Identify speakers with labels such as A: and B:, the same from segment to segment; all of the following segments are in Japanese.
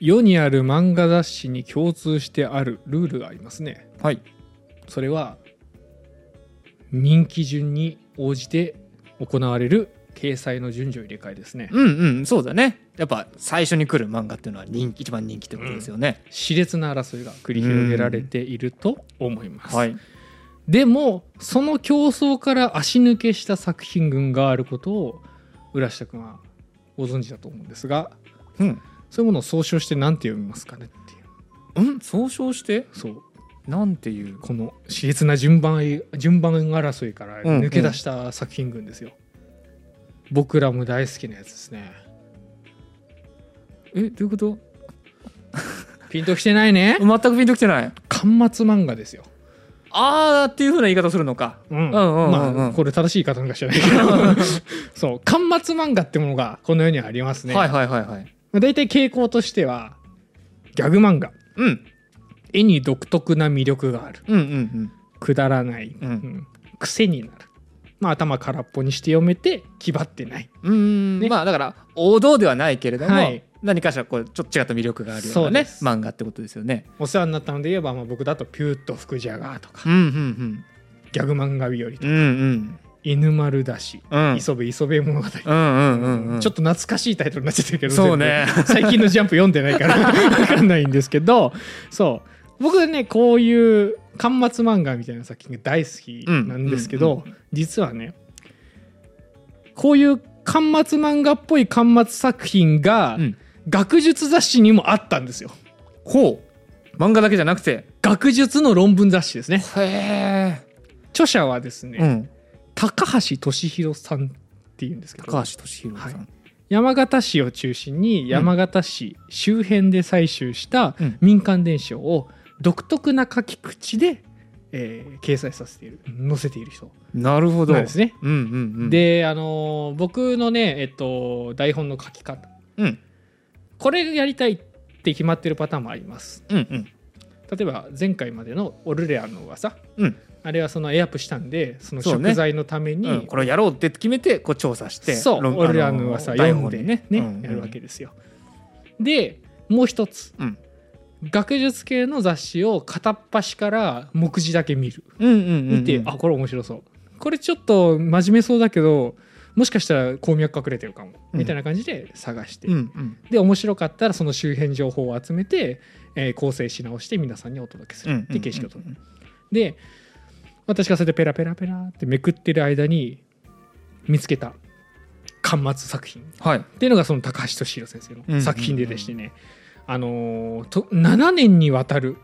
A: 世にある漫画雑誌に共通してあるルールがありますね
B: はい。
A: それは人気順に応じて行われる掲載の順序入れ替えですね
B: うんうん、そうだね。やっぱ最初に来る漫画っていうのは人気一番人気ってことですよね。
A: 熾烈な争いが繰り広げられていると思います、
B: はい。
A: でもその競争から足抜けした作品群があることを浦下君はご存知だと思うんですが
B: うん。
A: そういうものを総称して何て読みますかねっていう
B: うん、総称して
A: そう
B: なんていう。
A: この熾烈な順番順番争いから抜け出した作品群ですよ、僕らも大好きなやつですね
B: え、どういうこと？
A: ピンときてないね
B: 全くピンときてない。
A: 巻末漫画ですよ、
B: あーっていうふうな言い方するのか。
A: うん
B: うんうんうんうん
A: まあこれ正しい言い方なんか知らないけ どそう巻末漫画ってものがこの世にはありますね、
B: はいはいはいはい。
A: まあ、大体傾向としてはギャグ漫画
B: うん
A: 絵に独特な魅力がある
B: うんうん
A: くだらない、
B: うん
A: ん癖になる、まあ、頭空っぽにして読めて気張ってない
B: うん。うーん、
A: ね
B: まあだから王道ではないけれども、
A: はい
B: 何かしらこうちょっと違った魅力があるよう
A: そ
B: な
A: う
B: ね
A: です
B: 漫画ってことですよね。
A: お世話になったので言えば、まあ、僕だと「ピューッと福ジャガー」とか
B: うんうん
A: 「ギャグ漫画日和」と
B: う
A: か
B: んうん
A: 「犬丸だし」
B: うんうん
A: 磯部磯部物語」
B: うんうんうんうん。
A: ちょっと懐かしいタイトルになっちゃってるけど
B: そうね
A: 全部最近の「ジャンプ」読んでないから 分かんないんですけどそう僕ねこういう巻末漫画みたいな作品が大好きなんですけど、
B: うんうん
A: 実はねこういう巻末漫画っぽい巻末作品が、
B: うん
A: 学術雑誌にもあったんですよ
B: ほう漫画だけじゃなくて。
A: 学術の論文雑誌ですね
B: へえ。
A: 著者はですね、
B: うん。
A: 高橋俊弘さんっていうんですけど
B: 高橋俊弘さん。
A: はい山形市を中心に山形市周辺で採集した
B: うん
A: 民間伝承を独特な書き口で、えー掲載させている載せている人
B: なるほど。
A: なんですね。
B: うんうんうん。、
A: で、あのー僕のね、えっと、台本の書き方
B: うん
A: これやりたいって決まってるパターンもあります。
B: うんうん。
A: 例えば前回までの「オルレアンの噂」
B: うん
A: あれはそのエアップしたんでその
B: そうね
A: 食材のために、
B: うんこれをやろうって決めてこう調査して
A: そう
B: 論
A: 俺らの噂
B: あ
A: 読んで
B: 台
A: ねね、
B: 本にうん
A: やるわけですよ。でもう一つ
B: うん
A: 学術系の雑誌を片っ端から目次だけ見る
B: うんうんうんうん
A: 見て、あこれ面白そうこれちょっと真面目そうだけどもしかしたら鉱脈隠れてるかも、
B: うん
A: みたいな感じで探して、
B: うんうん
A: で面白かったらその周辺情報を集めて、えー構成し直して皆さんにお届けす
B: うんうんうん
A: るって形式をとる。で私がそれでペラペラペラってめくってる間に見つけた巻末作品
B: はい
A: っていうのがその高橋俊弘先生
B: うん
A: の作品ででしてね、あのーと7年にわたる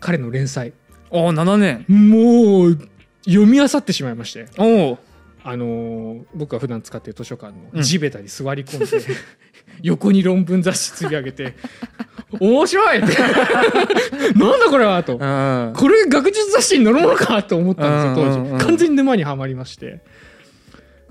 A: 彼の連載
B: おお7年
A: もう読み漁ってしまいまして、
B: おお
A: あのー僕が普段使ってる図書館
B: うん
A: の地べたに座り込んで、 横に論文雑誌つり上げて 「面白い!」って 「なんだこれは!」と。
B: うん
A: これ学術雑誌に載るものかと思ったんです
B: うん
A: よ
B: うん
A: 当
B: うん
A: 時完全に沼にはまりまして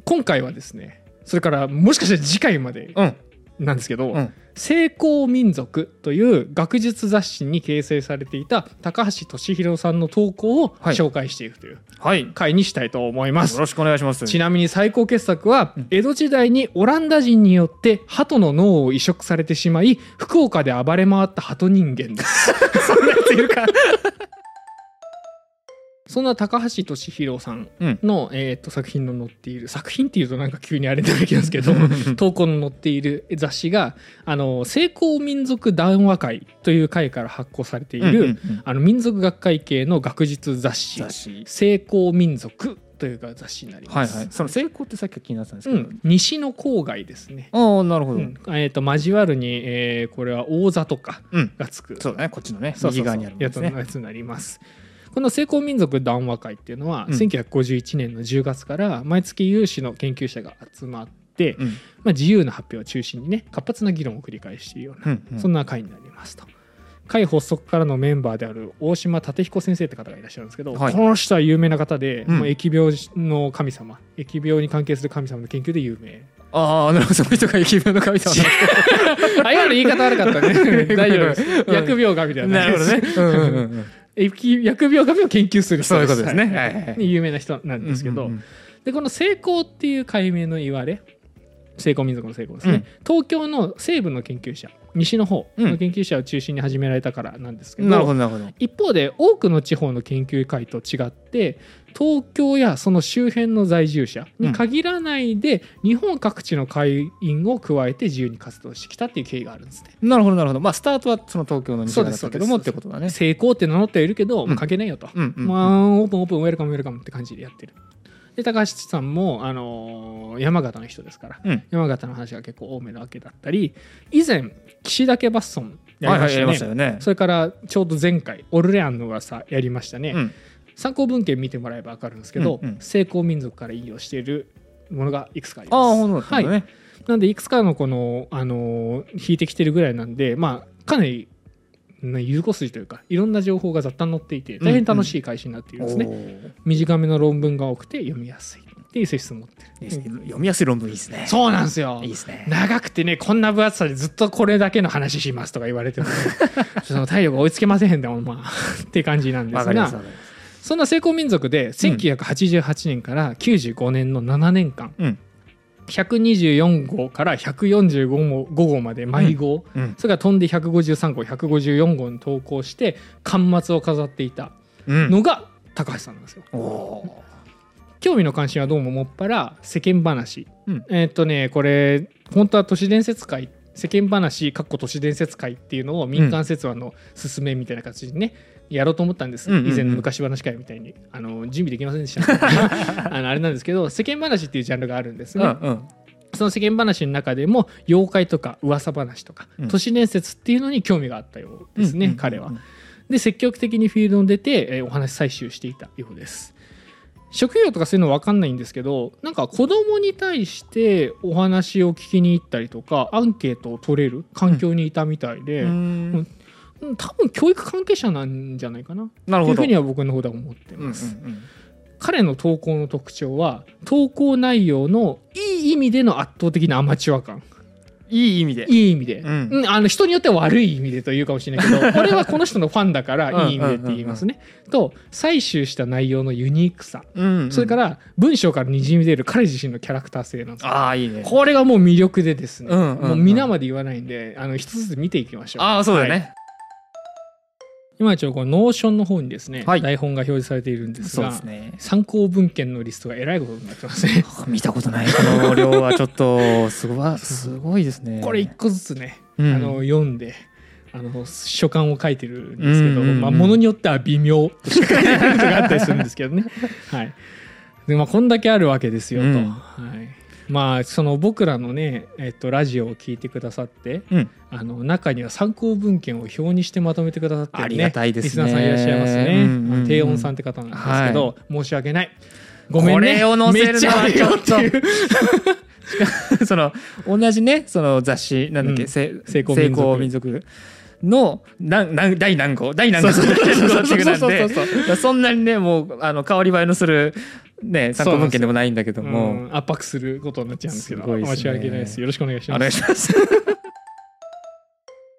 A: 今回はですねそれからもしかしたら次回まで
B: うん
A: なんですけど
B: うん
A: 「成功民族」という学術雑誌に掲載されていた高橋俊弘さんの投稿を
B: はい
A: 紹介していくという
B: はいよ
A: 回にしたいと思います。
B: ろしくお願いします
A: ちなみに最高傑作は
B: うん
A: 江戸時代にオランダ人によって鳩の脳を移植されてしまい福岡で暴れ回った鳩人間です。 そんなやついるか そんな高橋俊弘さんの、えー、と作品の載っている作品っていうとなんか急にあれだらけなんですけど 投稿の載っている雑誌が「あの成功民族談話会」という会から発行されている、
B: うんうんうん
A: あの民族学会系の学術雑誌
B: 雑誌
A: 成功民族というか雑誌になり
B: は
A: ま
B: い
A: す。
B: はいその成功ってさっき気になってたんです
A: う
B: けど
A: ん、西の郊外ですね。
B: ああなるほ
A: う
B: ど
A: んえー、と交わるに、えーこれは王座とか
B: うん
A: がつく、
B: そうだねこっちのね
A: そうそうそう
B: 右側にあるんです
A: やつの
B: ね
A: やつになります。この成功民族談話会っていうのは、
B: うん
A: 1951年の10月から毎月有志の研究者が集まって、
B: うん
A: まあ、自由な発表を中心にね活発な議論を繰り返しているような
B: うんうん
A: そんな会になりますと。会発足からのメンバーである大島立彦先生って方がいらっしゃるんですけど、
B: はい
A: この人は有名な方で、
B: うん
A: もう疫病の神様疫病に関係する神様の研究で有名
B: ああなるほどその人が疫病の神様
A: あ今の言い方悪かったね 大丈夫です
B: うん
A: 疫病神ではないです
B: うんうん うんうん
A: 疫疫病神を研究する人
B: そういうことですね
A: は
B: はいはいはい
A: い有名な人なんですけど、
B: うんうんうん
A: でこの成功っていう解明の言われ成功民族の成功ですね、
B: うん
A: 東京の西部の研究者西の方
B: う
A: の
B: ん
A: 研究者を中心に始められたからなんですけど,、
B: なるほどなるほど
A: 一方で多くの地方の研究会と違って東京やその周辺の在住者に限らないで、日本各地の会員を加えて自由に活動してきたっていう経緯があるんですね。
B: なるほどなるほどまあスタートはその東京の西側だったけども
A: そう
B: っ
A: です
B: てことだね
A: 成功って名乗ってはいるけど、
B: うん
A: 関係ないよと、
B: うんうん、
A: まあオープンオープンウェルカムウェルカムって感じでやってるで高橋さんも、あのー山形の人ですから、
B: うん
A: 山形の話が結構多めなわけだったり以前岸岳バッソンや
B: は
A: り
B: いは
A: ま
B: い
A: し
B: や
A: た
B: り
A: ね、
B: ましたよね
A: それからちょうど前回オルレアンの噂やりましたね、
B: うん
A: 参考文献見てもらえば分かるんですけど、
B: うんうん
A: 成功民族から引用しているものがいくつかあり
B: あ
A: ます。
B: あほんとだったんだ
A: はい、
B: ね、
A: なんでいくつかのこの、あのー引いてきてるぐらいなんでまあかなりね有効筋というかいろんな情報が雑多に載っていて大変楽しい会誌になっているんですね、
B: お
A: 短めの論文が多くて読みやすいっていう性質を持って
B: ーいい
A: る
B: ですね読みやすい論文いいですね
A: そうなんですよ
B: いいですね
A: 長くてねこんな分厚さでずっとこれだけの話しますとか言われて もねその体力追いつけませんだもんまあ って感じなんで
B: わ
A: す
B: かります
A: が
B: わかります
A: そんな成功民族で1988年から95年の7年間、
B: うん
A: 124号から145号5号まで毎号、
B: うん
A: それから飛んで153号154号に投稿して巻末を飾っていた
B: うん
A: のが高橋さんなんですよ。
B: おお
A: 興味の関心はどうももっぱら世間話、
B: うん
A: えーっとねこれ本当は都市伝説会世間話かっこ都市伝説会っていうのを民間説話の勧めみたいな形でね、やろうと思ったんです、
B: うんうんうん
A: 以前の昔話会みたいにあの準備できませんでした あのあれなんですけど世間話っていうジャンルがあるんです
B: ー
A: ね、
B: うんうん
A: その世間話の中でも妖怪とか噂話とか、
B: うん
A: 都市伝説っていうのに興味があったようですね、
B: うんうんうん
A: 彼はで積極的にフィールドに出て、えーお話採集していたようです職業とかそういうの分かんないんですけどなんか子供に対してお話を聞きに行ったりとかアンケートを取れる環境にいたみたいで、
B: う
A: うんんうん多分教育関係者なんじゃないかな
B: なる
A: とい
B: ほ
A: うふ
B: ど
A: うには僕の方では思って
B: うんうんう
A: ます、
B: ん
A: 彼の投稿の特徴は投稿内容のいい意味での圧倒的なアマチュア感
B: いい意味で
A: いい意味で、
B: うん
A: うんあの人によっては悪い意味でというかもしれないけ ど俺はこの人のファンだからいい意味でって言いますね。と採集した内容のユニークさ
B: うんうん
A: それから文章からにじみ出る彼自身のキャラクター性なんですよ
B: ああいいね
A: これがもう魅力でですね、
B: うんうんうん
A: もう皆まで言わないんであの一つずつ見ていきましょう。
B: ああそうだよね
A: 今一応このノーションの方にですね、
B: はい
A: 台本が表示されているんです
B: そう
A: が
B: ですね
A: 参考文献のリストがえらいことになってますね。
B: 見たことないこの量はちょっとすごいすごいですね
A: これ一個ずつね
B: うん
A: あの読んであの書簡を書いてるんですけど、
B: うんうんうん
A: まあ、ものによっては微妙としか書いてないことがあったりするんですけ どね。はい、でまあこんだけあるわけですよと。
B: うん
A: はいまあ、その僕らのね、えっと、ラジオを聞いてくださって
B: うん
A: あの中には参考文献を表にしてまとめてくださってる、ね、
B: ありがたいですね
A: リスナーさんいらっしゃいますね、
B: うんうんうん
A: あの低音さんって方なんですけど、
B: は
A: 申し訳ないごめんね
B: これを載せるのは
A: めっちゃあるよっていう
B: その同じねその雑誌なんだっけ、
A: うん
B: せ
A: 成功民族
B: 成功民族のなんなん第何号第何号
A: そうそう そうそう
B: っていうなん で
A: そうそうそう
B: そんなにねもうあの香り映えのするね参考文献でもないんだけども、
A: うん圧迫することになっちゃうんですけど
B: すごいですね
A: 申し訳ないですよろしくお願いし
B: お
A: ま
B: 願い
A: す
B: します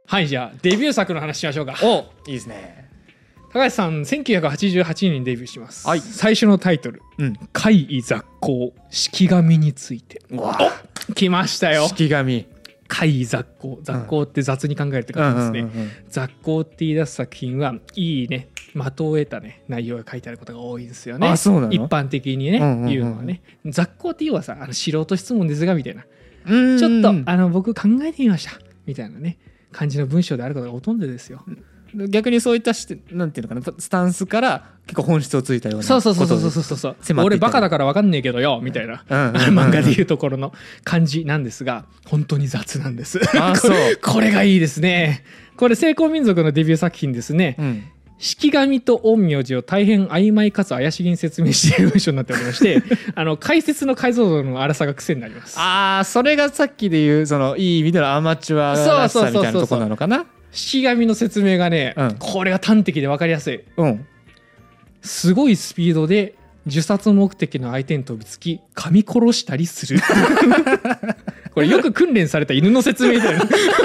A: はいじゃあデビュー作の話しましょうか
B: おいいですね
A: 高橋さん1988年にデビューします、
B: はい
A: 最初のタイトル
B: うん
A: 「怪異雑行式神について
B: うわ」
A: 来ましたよ
B: 式紙
A: 怪異雑行雑行って雑に考えるって感じですね、
B: うんうんうんうん
A: 雑行って言い出す作品はいいね的を得たね内容が書いてあることが多いんですよね
B: あそうなの
A: 一般的にね、
B: うんうんうん
A: 言うのはね雑行って言うはさあの素人質問ですがみたいな
B: うん
A: ちょっとあの僕考えてみましたみたいなね感じの文章であることがほとんどですよ。
B: 逆にそういったしてなんていうのかなスタンスから結構本質をついたような
A: そうそうそうそう
B: う
A: そうそうそう
B: 迫っていった
A: 俺バカだからわかんねえけどよみたいな、
B: うんうんうんうん
A: 漫画でいうところの感じなんですが本当に雑なんです。
B: あ
A: これ
B: そう
A: これがいいですね。これ成功民族のデビュー作品ですね。
B: うん
A: 式神と陰陽師を大変曖昧かつ怪しげに説明している文章になっておりまして あの解説の解像度の荒さが癖になります。
B: ああそれがさっきで言うそのいい意味でのアマチュアらしさみたいなとこなのかな
A: 式神の説明がね、
B: うん
A: これが端的でわかりやすい。
B: うん
A: すごいスピードで 受殺目的の相手に飛びつき噛み殺したりするこれよく訓練された犬の説明だよね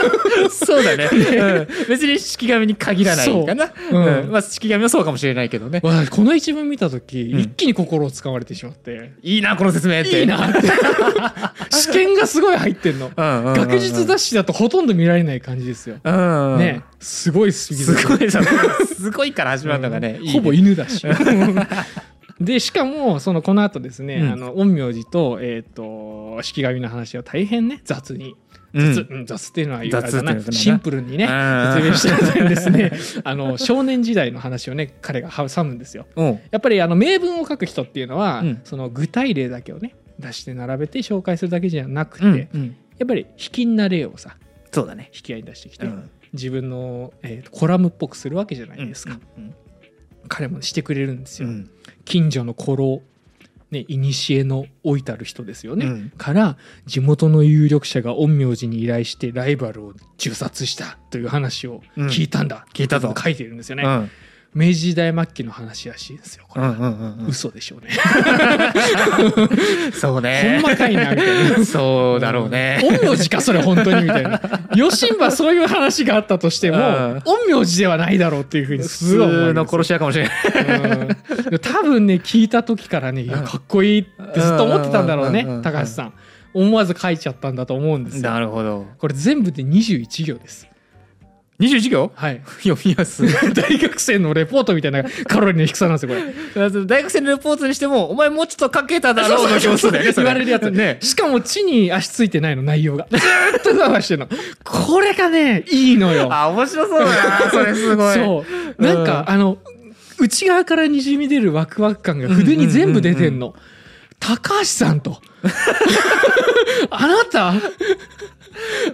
B: そうだね、うん別に式神に限らないかな
A: う
B: う、
A: うん
B: んまあ、式神はそうかもしれないけどね
A: わあこの一文見た時、
B: うん
A: 一気に心をつかまれてしまって
B: いいなこの説明って
A: いいなって 試験がすごい入ってんの
B: うんうんうんうん
A: 学術雑誌だとほとんど見られない感じですよ、
B: うん、
A: ねすごいスピード
B: すごいじゃん すごいから始まるのがね、
A: うん
B: いいね
A: ほぼ犬だし でしかもそのこの後ですね、
B: うん
A: あの陰陽師と,、えー、と式神の話は大変ね雑に
B: うん
A: 雑,、うん雑っていうのは言うあれだ
B: 雑っていうの
A: な
B: かな
A: シンプルにね
B: うん
A: 説明してるんですね あの少年時代の話をね彼が挟むんですよ
B: うん
A: やっぱりあの名文を書く人っていうのは、
B: うん
A: その具体例だけをね出して並べて紹介するだけじゃなくて、
B: うん
A: やっぱり卑近な例をさ
B: そうだね
A: 引き合いに出してきて、
B: うん
A: 自分の、えーコラムっぽくするわけじゃないですか、
B: うん
A: 彼もしてくれるんです
B: う
A: よ、
B: ん
A: 近所の古老ね古の老いたる人ですよね、
B: うん
A: から地元の有力者が陰陽師に依頼してライバルを銃殺したという話を聞いたんだ、
B: 聞いたぞ
A: と書いてるんですよね、
B: うん
A: 明治時代末期の話らしいですよこ
B: う
A: れ、
B: んうんうんうん
A: 嘘でしょうね、
B: そうね
A: ほんまかいなみた いな
B: そうだろうね
A: 陰陽師かそれ本当にみたい な吉ンはそういう話があったとしても
B: うん
A: 陰陽師ではないだろうっていうふうに
B: 普
A: すごい思いま
B: 通の
A: すよ
B: 殺し屋かもしれない
A: うん多分ね聞いた時からねいや
B: うん
A: かっこいいってずっと思ってたんだろう
B: うんうんうん
A: ね
B: うん
A: 高橋さん思わず書いちゃったんだと思うんですよ
B: なるほど
A: これ全部で21行です
B: 21行
A: はい
B: 読みや すい
A: 大学生のレポートみたいなカロリーの低さなんですよこれ
B: 大学生のレポートにしてもお前もうちょっと書けただろうの
A: そう
B: 表
A: そう
B: 数だよねそ
A: 言われるやつ
B: ね
A: しかも地に足ついてないの内容がずーっとざわしてるのこれがねいいのよ
B: あ面白そうだなそれすごい
A: そうなんか、
B: う
A: あの内側からにじみ出るワクワク感が筆に全部出てんの、高橋さんと あなた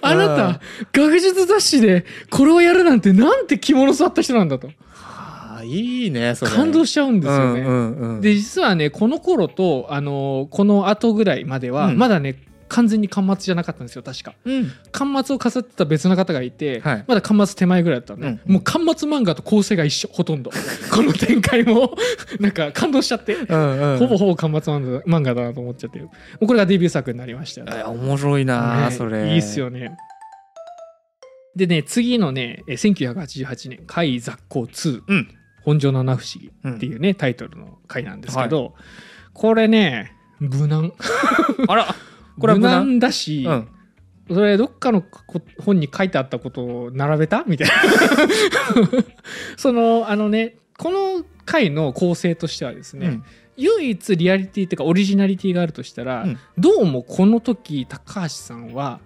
A: あなた学術雑誌でこれをやるなんてなんて着物座った人なんだと
B: あいいねそれ
A: 感動しちゃうんですよね、
B: うんうんうん
A: で実はねこの頃とあのこの後ぐらいまでは、
B: うん
A: まだね完全に巻末じゃなかったんですよ確か
B: うん
A: 巻末を飾ってた別の方がいて、
B: はい
A: まだ巻末手前ぐらいだったのね、
B: うん
A: もう巻末漫画と構成が一緒ほとんど この展開も なんか感動しちゃって、
B: うんうん
A: ほぼほぼ巻末漫画漫画だなと思っちゃってもうこれがデビュー作になりましたよ、
B: あ面白いな
A: ね
B: それ
A: いいっすよねでね次のねえ1988年「怪雑行2、
B: うん
A: 本所七不思議」っていうね、タイトルの回なんですけど、これね無難
B: あらこ
A: こ
B: れ
A: れ
B: は
A: 無
B: 無難
A: 難だし、
B: うん
A: それどっかのこ本に書いてあったことを並べたみたいな そのあのねこの回の構成としてはですね、
B: うん
A: 唯一リアリティというかオリジナリティがあるとしたら、
B: うん
A: どうもこの時高橋さんは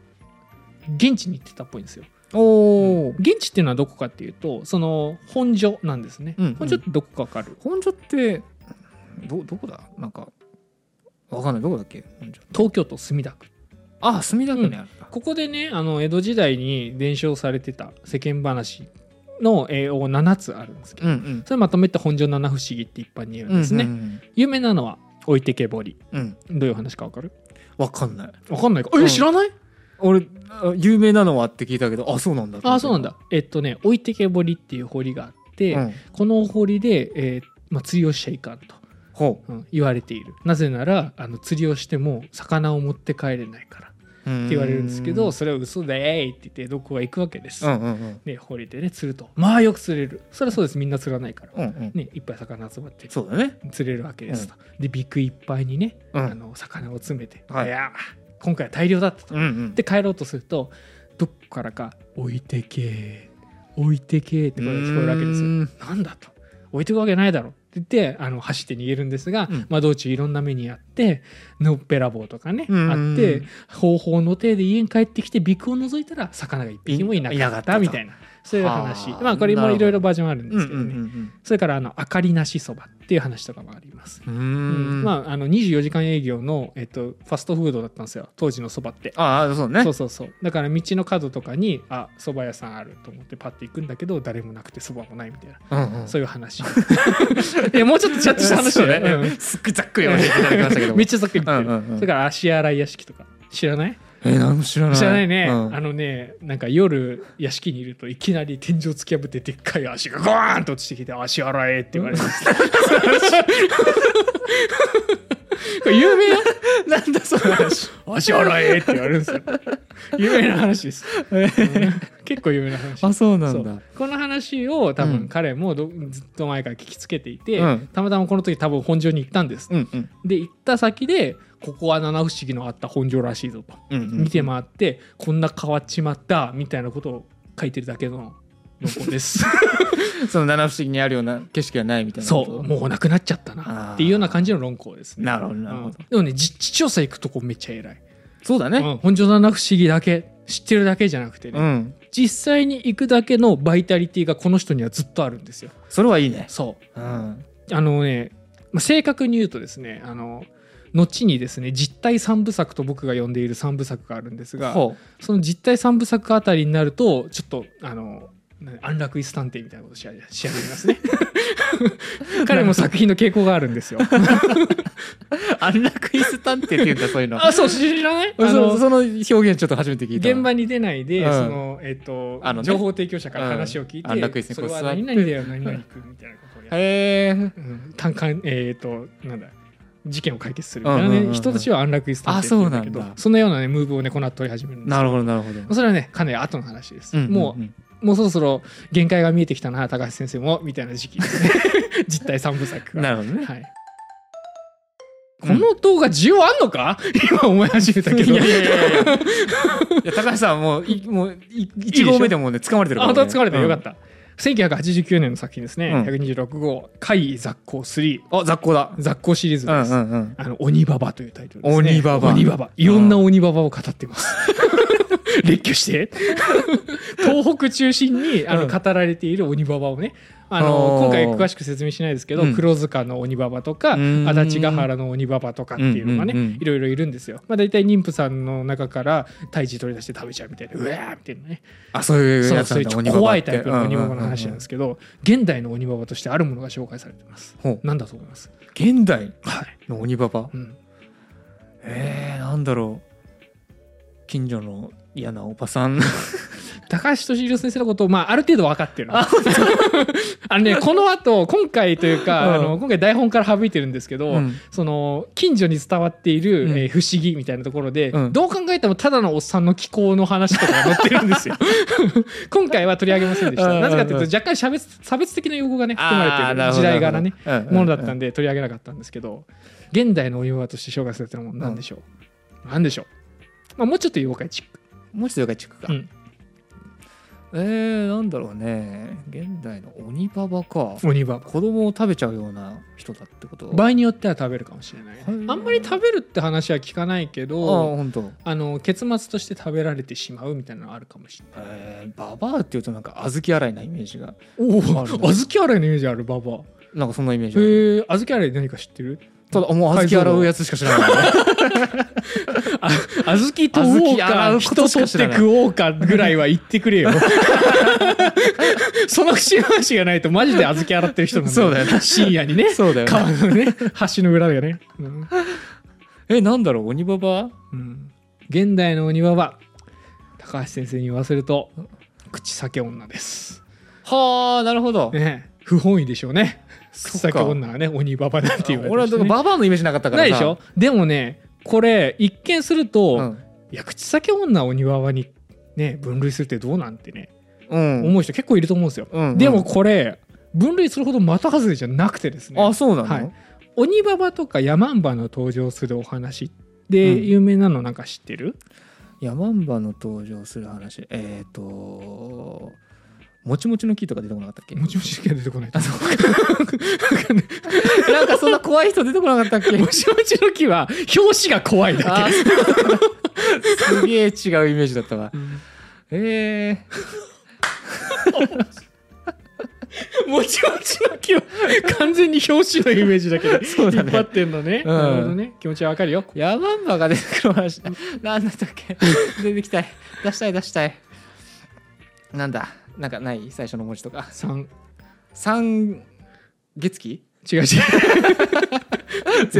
A: 現地に行ってたっぽいんですよ
B: おお
A: 現地っていうのはどこかっていうとその本所なんですね、
B: うんうん
A: 本所ってどこかわかる
B: 本所ってどどこだなんかわかんないどこだっけ本所
A: 東京都墨田区
B: あ墨田区にあるんだ
A: ここでねあの江戸時代に伝承されてた世間話の、えーを7つあるんですけど、
B: うんうん
A: それまとめて本所七不思議って一般に言うんですね、
B: うん
A: 有名なのは置いてけぼり
B: うんうん
A: どういう話かわかる
B: わかんない
A: わかんないか
B: う
A: え
B: ん
A: 知らない、
B: 俺あ有名なのはって聞いたけどあそうなんだ
A: ああそうなんだえっとね置いてけぼりっていう堀があって、
B: うん
A: この堀で、えーまあ、釣りをしちゃいかんと、
B: ほ
A: うん言われているなぜならあの釣りをしても魚を持って帰れないからっ
B: うって
A: 言われるんですけどそれは嘘でーいって言ってどこか行くわけです、
B: うんうんうん
A: ね、堀でね釣るとまあよく釣れるそれはそうですみんな釣らないから、
B: うんうん
A: ね、いっぱい魚集まって
B: そうだね
A: 釣れるわけですと、でビクいっぱいにね
B: う
A: あ
B: ん
A: の魚を詰めて、
B: はい
A: い、やー今回は大量だったと。
B: うんうん
A: で帰ろうとするとどっからか「置いてけ置いてけ」って声が聞こえるわけです
B: う
A: よ。
B: ん
A: なんだと置いてくわけないだろって言ってあの走って逃げるんですが、
B: うん
A: まあ、道中いろんな目にあってのっぺらぼうとかね、
B: うん
A: あって方法の手で家に帰ってきてビクを除いたら魚が一匹もいなか
B: いな
A: っ
B: か
A: た
B: ったと
A: みたいなそういう話
B: はあ
A: まあこれ
B: な
A: も
B: る
A: い
B: ほど
A: ろいろバージョンあるんで
B: うん
A: す
B: う
A: けどね、
B: ん
A: それからあの「明かりなしそば」っていう話とかもあります。
B: うんう
A: うん
B: ん
A: まあ、あの24時間営業の、えっと、ファストフードだったんですよ当時のそばって。
B: ああそうね
A: そうそうそうだから道の角とかにあそば屋さんあると思ってパッて行くんだけど誰もなくてそばもないみたいな、
B: うんうん
A: そういう 話いやもうちょっとちゃんとした話
B: そう
A: だ
B: ね
A: よ ね、
B: すっごいざっくり教えていただきましたけど
A: うんめっちゃざっくり言ってる、
B: うんうんうん
A: それから足洗い屋敷とか知らない
B: え何も知らない
A: 知らないね、
B: うん
A: あのねなんか夜屋敷にいるといきなり天井突き破ってでっかい足がゴ ーンと落ちてきて「足洗え」って言われますこれ有名よ
B: なんだその話。
A: 足洗えって言われるんですよ。有名な話です。結構有名な話。
B: あ、そうな
A: そ
B: ん
A: う
B: だ。
A: この話を多
B: うん
A: 分彼もど、ずっと前から聞きつけていて、
B: うん
A: たまたまこの時多分本庄に行ったんです、
B: うんうん
A: で行った先でここは七不思議のあった本庄らしいぞと、
B: うんうん。
A: 見て回ってこんな変わっちまったみたいなことを書いてるだけの残です
B: その七不思議にあるような景色がないみたいなこ
A: そ
B: と。
A: うもうなくなっちゃったなっていうような感じの論考ですね
B: なるほどなる
A: う
B: ほど
A: んでもね実地調査行くとこめっちゃ偉い、
B: そうだね。
A: うん本庄七不思議だけ知ってるだけじゃなくてね、
B: うん。
A: 実際に行くだけのバイタリティがこの人にはずっとあるんですよ
B: それはいいね。
A: そう
B: うん。
A: あのね、まあ正確に言うとですね、あの、後にですね、実体三部作と僕が呼んでいる三部作があるんですが、
B: ほ
A: その実体三部作あたりになると、ちょっと、あの、な安楽椅子探偵みたいなことし仕上げます ね。彼も作品の傾向があるんですよ。
B: う。安楽椅子探偵っていうんだ、そういうの。
A: あ、そう、知らないあ
B: そ
A: の
B: その表現ちょっと初めて聞いた。
A: 現場に出ないで、
B: うん
A: その、えっ、と、
B: あのね
A: 情報提供者から話を聞いて、
B: うん安楽椅子に
A: そ
B: こう
A: れ
B: 座っ
A: は
B: て
A: 何々だよ、何々君みたいなことをやって
B: へえ。
A: うん単管えっ、となんだ事件を解決するみたいなね、
B: うんうんうんうん
A: 人たちは安楽椅子探偵
B: あ
A: って言だけ
B: そう
A: ど
B: なんだ
A: そんなようなねムーブをねこの後取り始めるんです
B: なる
A: ほ
B: ほど、なるほど。
A: それはねかなり後の話です、
B: うんうんうん
A: もうもうそろそろ限界が見えてきたな高橋先生もみたいな時 期ですね実態三部作が
B: なるほどね。
A: はいこの動画需要あんのか今思い始めたけど
B: いやい やいやいやいや高橋さんはもういもうい一合目でもうね掴まれてる
A: あ
B: から、ね、
A: 本当は疲れたよか
B: う
A: っ
B: ん
A: た、1989年の作品ですね、
B: うん
A: 126号「怪異雑行3
B: あ雑魚だ」
A: 雑行シリーズ
B: う
A: で
B: ん
A: す、
B: うんうん
A: あの鬼ババというタイトルです、ね。
B: 鬼ババ
A: 鬼ババ。いろんな鬼ババを語って ます。列挙して。東北中心にあ
B: うん
A: の語られている鬼ババをね。あ
B: お
A: の
B: ー
A: 今回詳しく説明しないですけど、
B: うん
A: 黒塚の鬼ババとか
B: うーん
A: 足立ヶ原の鬼ババとかっていうのがね、
B: うんうんうん
A: いろいろいるんですよ。まあ、大体妊婦さんの中から胎児取り出して食べちゃうみたいなうわーみたいなね
B: あそういう
A: そう
B: やつ
A: そう
B: ないん
A: う
B: だ
A: ちょっ
B: 鬼
A: と
B: ババ
A: 怖
B: っ
A: い
B: て
A: タイプの鬼ババの話なんですけど、現代の鬼ババとしてあるものが紹介されてます。
B: うんうんほ
A: なんだと思います
B: う現代
A: はい、
B: の鬼ババ
A: うん、
B: えー、なんだろう近所の嫌なおばさん
A: 高橋俊弘先生のことを、まあ、ある程度分かってるの あのねこの後今回というか、
B: うん
A: あの今回台本から省いてるんですけど、
B: うん
A: その近所に伝わっている、
B: うん
A: えー不思議みたいなところで、
B: うん
A: どう考えてもただのおっさんの気候の話とかが載ってるん ですよ今回は取り上げませんでし
B: うん
A: たなぜかというと若干差別差別的な用語がね含まれてる時代からねものだったん
B: で
A: で取り上げなかったんですけど現代のお岩として紹介されてるものなんでしょう、なんでしょう、まあ、もうちょっと妖怪チック
B: もう一度がチェックか、
A: うん
B: えー、なんだろうね現代の鬼ババか
A: 鬼ババ
B: 子供を食べちゃうような人だってこと
A: 場合によっては食べるかもしれない、ね、あ
B: はい
A: んまり食べるって話は聞かないけ
B: あ
A: ど
B: 本当。
A: あの結末として食べられてしまうみたいなのあるかもしれない
B: えー、ババアっていうとなんか小豆洗いなイメージが
A: おお
B: ある
A: 小
B: ね
A: 豆洗いのイメージあるババア
B: なんかそんなイメージがある
A: へえ小豆洗い何か知ってる
B: ただもう小豆洗うやつしか知 らない、
A: あ小豆とおう
B: 小豆洗
A: か
B: う
A: 人
B: こ
A: 取
B: としか
A: っ
B: 知ら
A: て
B: ない
A: 食おうかぐらいは言ってくれ よその節回しがないとマジで小豆洗ってる人なんよ
B: そうだよね
A: 深夜にね
B: そうだよね
A: 川の ね橋の裏だよね、うん
B: えなんだろう鬼ババア
A: うん現代の鬼ババ高橋先生に言わせると口裂け女です、
B: はあなるほど
A: ねえ、不本意でしょうね口
B: そっ
A: 裂け
B: か
A: 女はね鬼ババなんていう
B: あ俺はだからババアのイメージなかったから
A: な
B: さ
A: いでしょでもねこれ一見すると、
B: うん、
A: いや口裂け女を鬼ババにね分類するってどうなんてね、
B: うん
A: 思う人結構いると思うんですよ、
B: うんうん
A: でもこれ分類するほど的外れじゃなくてですね
B: あそうなの、
A: はい鬼ババとかヤマンバの登場するお話で
B: うん
A: 有名なのなんか知ってる、
B: ヤマンバの登場する話えっ、ー、ともちもちの木とか出てこなかったっけ
A: もちもちしか出てこない。
B: なんかそんな怖い人出てこなかったっけ
A: もちもちの木は表紙が怖いだ
B: あーすげえ違うイメージだったわ
A: け。
B: えー、
A: もちもちの木は完全に表紙のイメージだけど、
B: そうだね
A: 引っ張ってんのね。
B: うん
A: なるほどね。気持ちはわかるよ。
B: ヤマンバが出てくる話なんだったっけ出てきたい出したい出したいなんだなんかない最初の文字とか
A: 三
B: 三月期
A: 違う違う。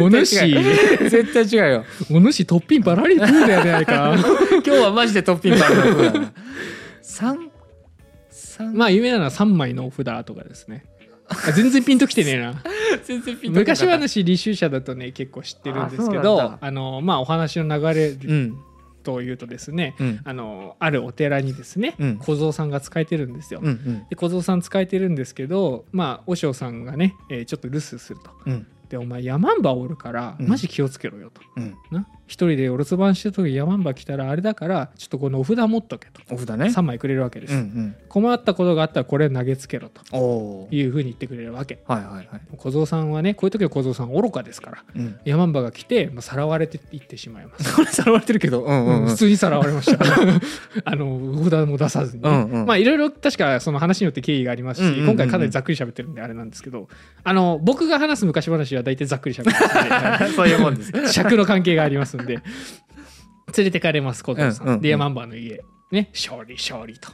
A: お
B: 絶
A: 主、
B: 対違う絶対違うよ
A: お主、トッピンバラリブーだよね、あれか。
B: 今日はマジでトッピングあるのそうだな三三
A: まあ、有名なのは3枚のお札とかですね。あ全然ピンときてねえな。
B: 全然ピンとこなかった
A: 昔話履修者だとね結構知ってるんですけ
B: あそうなん
A: ど
B: だ
A: あの、まあ、お話の流れ
B: うん
A: というとですね、
B: うん
A: あのあるお寺にですね、
B: うん
A: 小僧さんが使えてるんですよ。
B: うん
A: で小僧さん使えてるんですけどまあ和尚さんがね、えーちょっと留守すると。
B: うん
A: でお前ヤマンバおるから
B: うん
A: マジ気をつけろよと。
B: うん
A: な一人でお留守番してる時ヤマンバ来たらあれだからちょっとこのお札持っとけと。
B: お札ね
A: 3枚くれるわけで
B: う
A: す、
B: んうん
A: 困ったことがあったらこれ投げつけろと
B: おおー
A: いうふうに言ってくれるわけ
B: はいはいはい
A: 小僧さんはねこういう時は小僧さん愚かですから
B: うん
A: ヤマンバが来て、まあ、さらわれていってしまいます、
B: これさらわれてるけどうんうんうん
A: 普通にさらわれましたあのお札も出さずにね、
B: うんうん
A: まあいろいろ確かその話によって経緯がありますし、
B: うんうんうんうん
A: 今回かなりざっくり喋ってるんであれなんですけどあの僕が話す昔話は大体ざっくり喋ってますんではい
B: そういうも んです
A: 尺の関係があります んで連れてかれます小僧さん、
B: うんうんうん
A: でヤマンバの家ね勝利勝利と、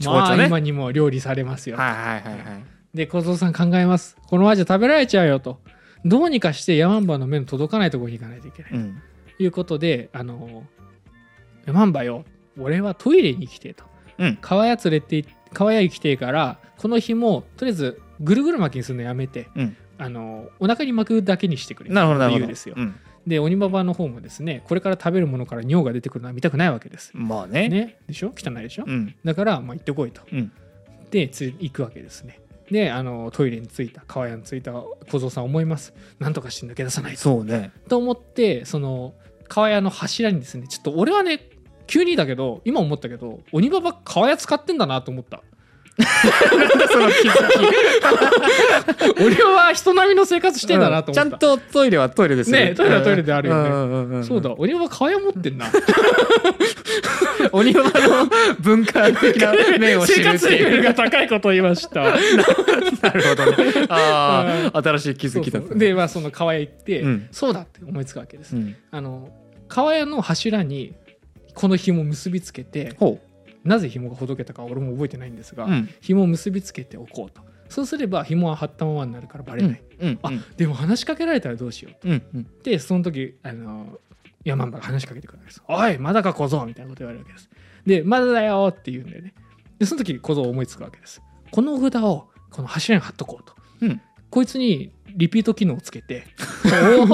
B: 蝶
A: ま
B: 々
A: あ
B: ね
A: 今にも料理されますよ、
B: はいはいはいはい
A: で小僧さん考えますこの味食べられちゃうよとどうにかしてヤマンバの目の届かないところに行かないといけない、
B: うん
A: ということであのヤマンバよ俺はトイレに来てと
B: うん
A: 川屋連れて川屋行きてえからこの日もとりあえずぐるぐる巻きにするのやめて、
B: うん
A: あのお腹に巻くだけにしてくれ
B: なるほどなるほ
A: とい
B: ど
A: うですよ
B: うん
A: で鬼ババの方もですねこれから食べるものから尿が出てくるのは見たくないわけです、
B: まあね
A: ね、でしょ汚いでしょ、
B: うん
A: だから、まあ、行ってこいと。
B: うん
A: でつ行くわけですね。であのトイレに着いた川屋に着いた小僧さん思いますなんとかして抜け出さないと
B: そ うね
A: と思ってその川屋の柱にですねちょっと俺はね急にだけど今思ったけど鬼ババ川屋使ってんだなと思った。
B: その気づき
A: 俺は人並みの生活してんだなと思った。
B: ちゃんとトイレはトイレですよ
A: ねトイレはトイレであるよね
B: うんうんんん
A: そうだ鬼ババ川屋持ってんな。
B: お庭の文化的 な面を知
A: 生
B: るって
A: 活レベ
B: いう。
A: ルが高いことを言いま した。
B: なるほどね。 ああ、新しい気づきだ
A: そう
B: った。
A: そうでまあその川屋行って、
B: うん
A: そうだって思いつくわけです。
B: うん、
A: あの川屋の柱にこの紐を結びつけて
B: ほ
A: なぜ紐がほどけたかは俺も覚えてないんですが、
B: う。うん。
A: 紐を結びつけておこうとそうすれば紐は張ったままになるからバレ
B: う
A: ない、
B: ん。うん。
A: あでも話しかけられたらどうしよう
B: うん。うん。
A: ってその時あの山ンバが話しかけてくるわけです「おいまだか小僧」みたいなこと言われるわけですで「まだだよ」って言うんだよねでその時小僧思いつくわけですこの札をこの柱に貼っとこうと、
B: うん
A: こいつにリピート機能をつけ て、うん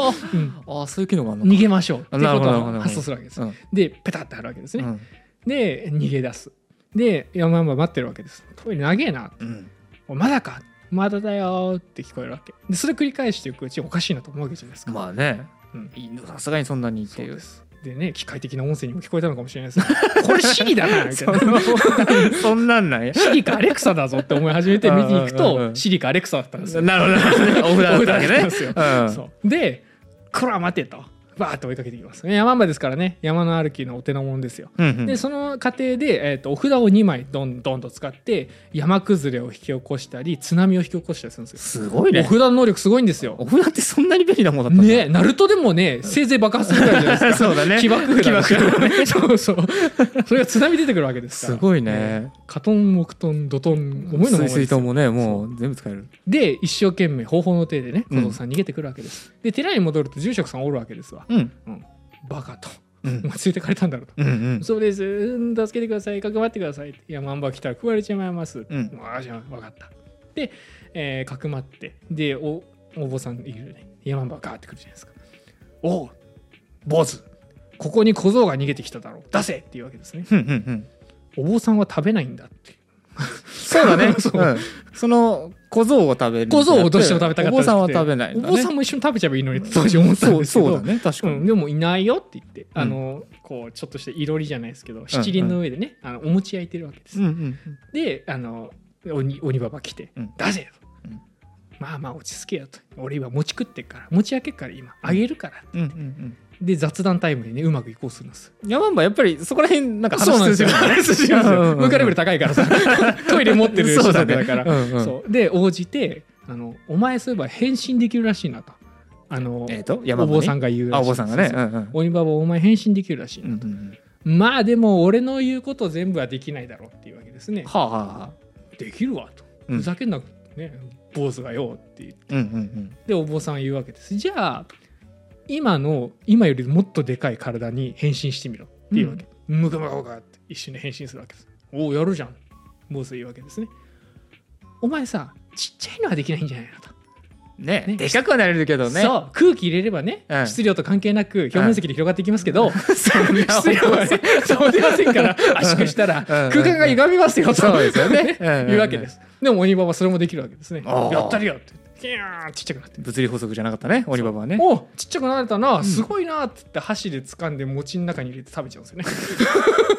B: おお。ああ、そういう機能があるの
A: 逃
B: か。
A: げましょうっていう
B: なる
A: こ
B: ほ
A: と
B: ど
A: を
B: なるほど
A: 発想するわけです
B: うん。
A: でペタッて貼るわけですね、
B: うん
A: で逃げ出すで山々待ってるわけですトイレ長えな
B: うん。
A: おまだかまだだよーって聞こえるわけでそれ繰り返していくうちにおかしいなと思うわけじゃないですか、
B: まあね
A: うん。
B: いいのさすがにそんなにって
A: そう
B: い
A: で
B: う。
A: すでね機械的な音声にも聞こえたのかもしれないですけど これシリだなみたい な
B: のそん なんなんや。
A: シリかアレクサだぞって思い始めて見ていく
B: うんうんう
A: と
B: ん
A: シリかアレクサだったんですよ
B: なるほどなるほど。お札だったわけ
A: お札だった
B: ね
A: んですよ。
B: うん
A: そうでこれは待てとバーッと追いかけていきます山場ですからね山の歩きのお手のもんですよ
B: うんうん
A: でその過程で、えー、とお札を2枚どんどんと使って山崩れを引き起こしたり津波を引き起こしたりするんですよ。
B: すごい
A: お
B: ね
A: 札。の能力すごいんですよ。
B: お札ってそんなに便利なものだったんだ
A: ねナルトでもねせいぜい爆発するぐらいじゃないですか。
B: そうだね。
A: 起爆
B: 起
A: 札
B: 爆
A: ですからね そうそうそれが津波出てくるわけですから
B: すごいね。
A: カトン木トンドトン重いのも重い
B: 水
A: ですよ
B: 水筒もね、もう全部使える。
A: で一生懸命方法の手でね小僧さん逃げてくるわけです、で寺に戻ると住職さんおるわけですわ
B: うん。
A: バカと
B: うん
A: お。前ついてかれたんだろうと
B: うんうん。
A: そうです。うん助けてください。かくまってください。いや、マンバ来たら食われちまいます。
B: うん
A: ああ、じゃあ、分かった。で、えーかくまって、で、お、お坊さんいるよね。いや、マンバがガーってくるじゃないですか。おう、坊主、ここに小僧が逃げてきただろう。出せっていうわけですね。
B: うんうんうん。
A: お坊さんは食べないんだっていう。
B: そうだね。
A: そう
B: うんその小僧を食べる。
A: 小僧をどうしても食べたかったらしくて
B: お坊さんは食べない
A: お
B: だね。
A: 坊さんも一緒に食べちゃえばいいのにって当時思ったんですけ
B: そう
A: ど。
B: そうだね。確か
A: うん、
B: に。
A: でもいないよって言って、あのこうちょっとしたいろりじゃないですけど七輪の上でね、あのお餅焼いてるわけです、
B: うんうんうん
A: であの鬼鬼ババ来て
B: うん
A: 「出せ!」と
B: うん
A: 「まあまあ落ち着けよ」と「俺今餅食ってっから餅焼けっから今あげるから
B: うんうん」
A: で雑談タイムにねうまく移行するんです
B: うん。ヤマンバやっぱりそこら辺なんか話
A: そうなんですよ
B: 通じるね
A: 話通じるんです
B: うんうんう
A: よ
B: ん
A: 文化レベル高いからさ トイレ持ってる
B: そ
A: 人
B: うだ
A: だか
B: ね
A: ら
B: うんうん
A: そうで応じてあの「お前そういえば変身できるらしいな」とあの
B: えっとヤマ
A: お
B: ンバ
A: 坊さん
B: ね。
A: が言うら
B: あ
A: しい
B: お坊さんがね。
A: そううそうん
B: うん
A: 鬼ババお前変身できるらしいな
B: うんうん
A: まあでも俺の言うこと全部はできないだろうっていうわけですね。
B: はあはあはあ。
A: できるわと。
B: うん
A: ふざけんなくね、坊主がよって言って
B: うんうん
A: でお坊さんは言うわけです。じゃあ今の今よりもっとでかい体に変身してみろっていうわけ。ムカムカムカって一瞬で変身するわけです。おおやるじゃん。坊主が言うわけですね。お前さちっちゃいのはできないんじゃないのと。
B: ね
A: ね
B: でかくはなれるけどね
A: そう空気入れればね、
B: うん
A: 質量と関係なく表面積で広がっていきますけ ど、質量はねそう出ませんから圧縮したら
B: うんうん
A: 空間が歪みますよと
B: そうですよねうんうんうん
A: いうわけですでも鬼ババはそれもできるわけですね
B: あー
A: やったりよって言ってキャーンちっちゃくなって
B: 物理法則じゃなかったねオリババはね
A: おちっちゃくなれたなすごいなって言って箸で掴んで餅の中に入れて食べちゃうんです